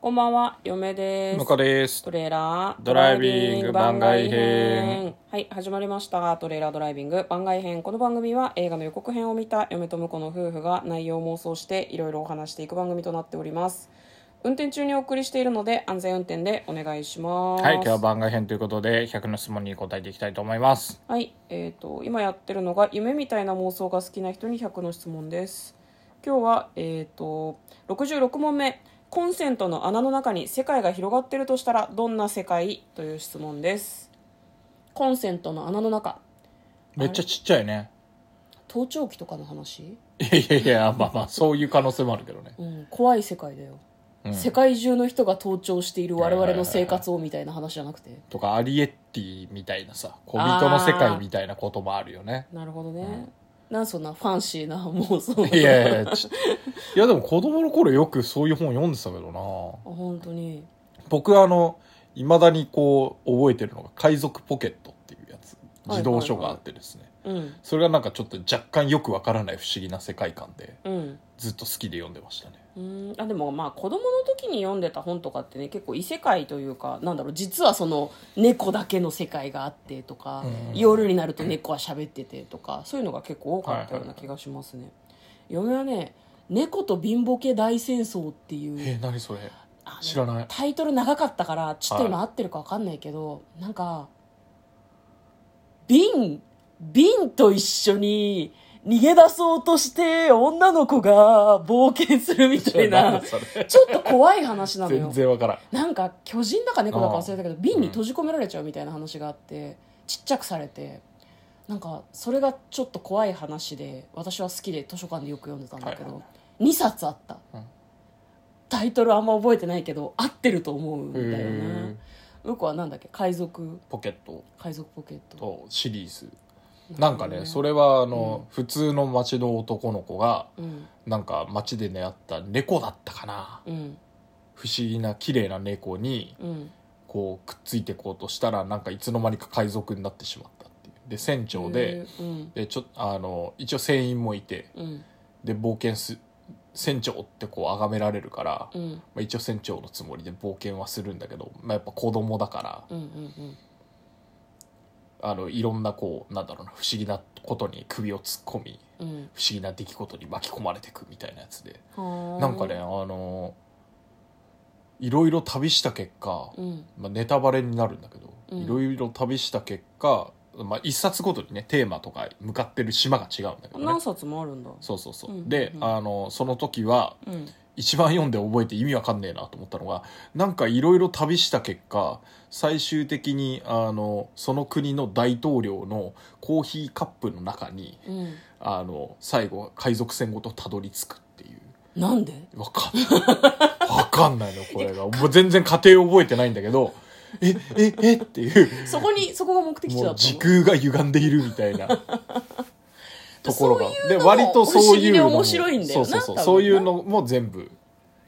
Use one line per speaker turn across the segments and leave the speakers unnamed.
こんばんは、嫁です。
向こうです
トレーラー
ドライビング番外編
はい始まりましたトレーラードライビング番外編この番組は映画の予告編を見た嫁と婿の夫婦が内容を妄想していろいろお話していく番組となっております運転中にお送りしているので安全運転でお願いします
はい今日は番外編ということで100の質問に答えていきたいと思います
はい、えー、と今やってるのが夢みたいな妄想が好きな人に100の質問です今日は、えー、と66問目コンセントの穴の中に世界が広がってるとしたらどんな世界という質問ですコンセントの穴の中
めっちゃちっちゃいね
盗聴器とかの話、
いやいやいや まあまあそういう可能性もあるけどね
うん、怖い世界だよ、世界中の人が盗聴している我々の生活をみたいな話じゃなくて、
とかアリエッティみたいなさ小人の世界みたいなこともあるよね
なるほどね、なんそんなファンシーな妄想
いやいやい やちいやでも子供の頃よくそういう本読んでたけど
あ
な
本当に
僕はあのいまだにこう覚えてるのが「海賊ポケット」っていうやつ児童書があってですね、
うん
それがなんかちょっと若干よくわからない不思議な世界観で
うん
ずっと好きで読んでましたね
うーんあでもまあ子供の時に読んでた本とかってね結構異世界というかなんだろう実はその猫だけの世界があってとか、
うん
夜になると猫は喋っててとかそういうのが結構多かったよう
はいはい
な
はい
気がしますね、嫁はね「猫と貧乏系大戦争」っていう
えー、何それ
あの
知らない
タイトル長かったからちょっと今合ってるか分かんないけど、なんか瓶瓶と一緒に逃げ出そうとして女の子が冒険するみたいな
それ
ちょっと怖い話なの
全
よ
然わからん
なんか巨人だか猫だか忘れたけど瓶に閉じ込められちゃうみたいな話があってちっちゃくされてなんかそれがちょっと怖い話で私は好きで図書館でよく読んでたんだけ
はい
ど、
はい
2冊あった、
うん
タイトルあんま覚えてないけど合ってると思うんだよ
へ
ね
ー
向こうはなんだっけ海賊
ポケット
海賊ポケット
とシリーズなんかねそ
れ、
れはあの、普通の街の男の子が
うん
なんか街で出会った猫だったかな
うん
不思議な綺麗な猫に
うん、
こうくっついてこうとしたらなんかいつの間にか海賊になってしまったっていうで船長で,、
へーうん
でちょあの一応船員もいて
うん
で冒険す船長ってこう崇められるから、
うんうん
まあ、一応船長のつもりで冒険はするんだけど、まあ、やっぱ子供だから、
うんうん
あのいろんなこうなんだろうな不思議なことに首を突っ込み
うん
不思議な出来事に巻き込まれていくみたいなやつで
はー
なんかねあのいろいろ旅した結果、
うん
まあ、ネタバレになるんだけど
うん
いろいろ旅した結果、まあ、一冊ごとにねテーマとか向かってる島が違うんだけど
何
ね
冊もあるんだ
そうそうそう、
うんうんうん
であのその時は
うん
一番読んで覚えて意味わかんねえなと思ったのがなんかいろいろ旅した結果最終的にあのその国の大統領のコーヒーカップの中に
うん
あの最後海賊船ごとたどり着くっていう
なんで
わかんないわかんないのこれがもう全然家庭覚えてないんだけどえええっていう
そこにそこが目的地
も
だ
う
ったの
時空が歪んでいるみた いな。ところが
そういう
で
のも
割とそ
不
ういうの
思議で面白いんだよな
そうそう
多分
そ
な
うそういうのも全部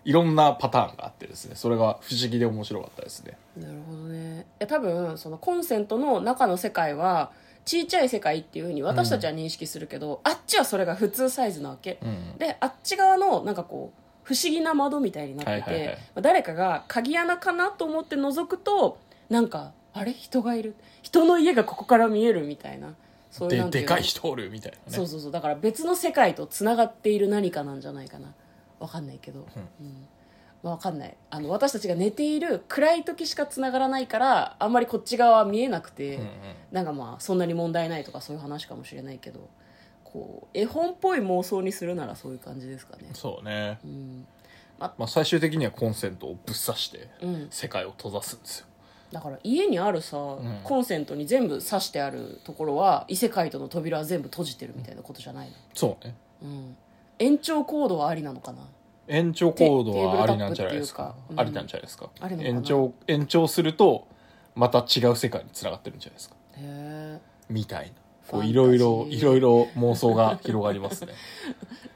いろんなパターンがあってですねそれが不思議で面白かったですね
なるほどねいや多分そのコンセントの中の世界はちいちゃい世界っていうふうに私たちは認識するけど、あっちはそれが普通サイズなわけ、
うん
であっち側のなんかこう不思議な窓みたいになってて、
はいはいはい
誰かが鍵穴かなと思って覗くとなんかあれ人がいる人の家がここから見えるみたいなそういう
で
なんてい
で
うの
かい人おるみたいなね
そうそうそうだから別の世界とつながっている何かなんじゃないかなわかんないけど、うんまあ、わかんないあの私たちが寝ている暗い時しかつながらないからあんまりこっち側は見えなくて、
うんうん
なんかまあそんなに問題ないとかそういう話かもしれないけどこう絵本っぽい妄想にするならそういう感じですかね
そうね、
うん、
まあ、最終的にはコンセントをぶっ刺して
うん、
世界を閉ざすんですよ
だから家にあるさ、
ん
コンセントに全部挿してあるところは異世界との扉は全部閉じてるみたいなことじゃないの、
そうね
うん、延長コードはありなのかな
延長コードはありなんじゃないですか
テーブルタップっていうかうん
ありなんじゃないですか,、
ありなのかな
延長延長するとまた違う世界につながってるんじゃないですか
へえ
みたいな
ファン
こ
タジ
う
ー
いろいろいろいろ妄想が広がりま すね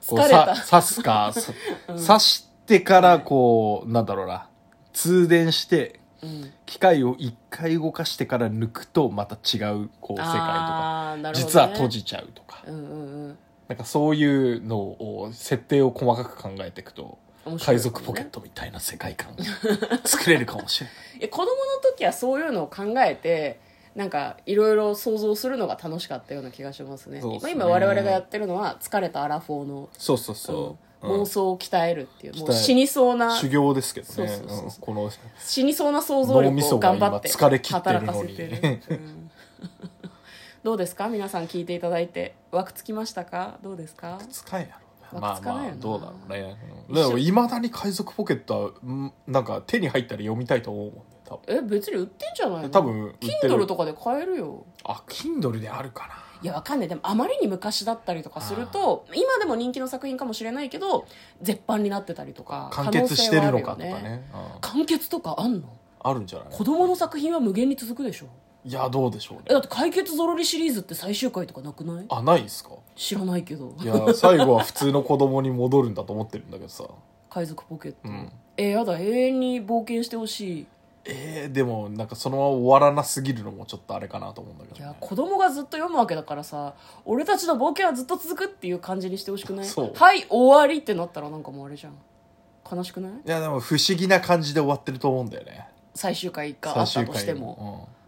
こう
疲れた
さ刺す か、さ刺してからこう、なんだろうな、通電して、
うん
機械を一回動かしてから抜くとまた違うこう世界とか、
あーなるほどね
実は閉じちゃうとか、
うんうんうん
なんかそういうのを設定を細かく考えていくと、
面白い
海賊ポケットみたいな世界観作れるかもしれ ない
いや子供の時はそういうのを考えてなんかいろいろ想像するのが楽しかったような気がしますね
そうですね
まあ、今我々がやってるのは疲れたアラフォーの
そうそうそう、
あの
うん
妄想を鍛えるっていう、もう
鍛え
死にそうな
修行ですけどね
そうそうそうそう
うんこの
死にそうな想像
脳み
力
そ
を
が
頑
今
張って
疲れ切ってる
働か
の
せ
に
てるうん どうですか皆さん聞いていただいて枠つきましたかどうですか
使えやろうな
まあ
まあ
使わんや
まあ
ろな
どうだろ
一
うね
緒
いまだに海賊ポケットはうんなんか手に入ったら読みたいと思うもんね多分
え別に売ってんじゃないの
多分売ってる
Kindle とかで買えるよ
あ Kindle であるかない
やわかんないでもあまりに昔だったりとかすると今でも人気の作品かもしれないけど絶版になってたりとか
完結してるのかとかね
可能性はあるよ
うん
完結とかあんの
あるんじゃない
子供の作品は無限に続くでしょ
いやどうでしょ
え
う
だっ
ね
て解決ぞろりシリーズって最終回とかなくない
あないですか
知らないけど
いや最後は普通の子供に戻るんだと思ってるんだけどさ
海賊ポケット、
うん
えやだ永遠に冒険してほしい
えー、でもなんかそのまま終わらなすぎるのもちょっとあれかなと思うんだけ
い
ど、
や
ね、
子供がずっと読むわけだからさ俺たちの冒険はずっと続くっていう感じにしてほしくない
そう
はい終わりってなったらなんかもうあれじゃん悲しくない
いやでも不思議な感じで終わってると思うんだよね
最終回があったとしても、
うん
うん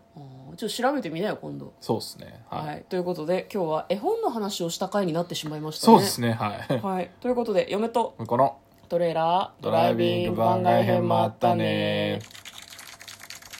ちょっと調べてみなよ今度
そうですね
は、
はいい、
ということで今日は絵本の話をした回になってしまいましたね
そうですねはい
はい、ということで嫁と
向こうの
トレーラード
ドライビング番外編もあったね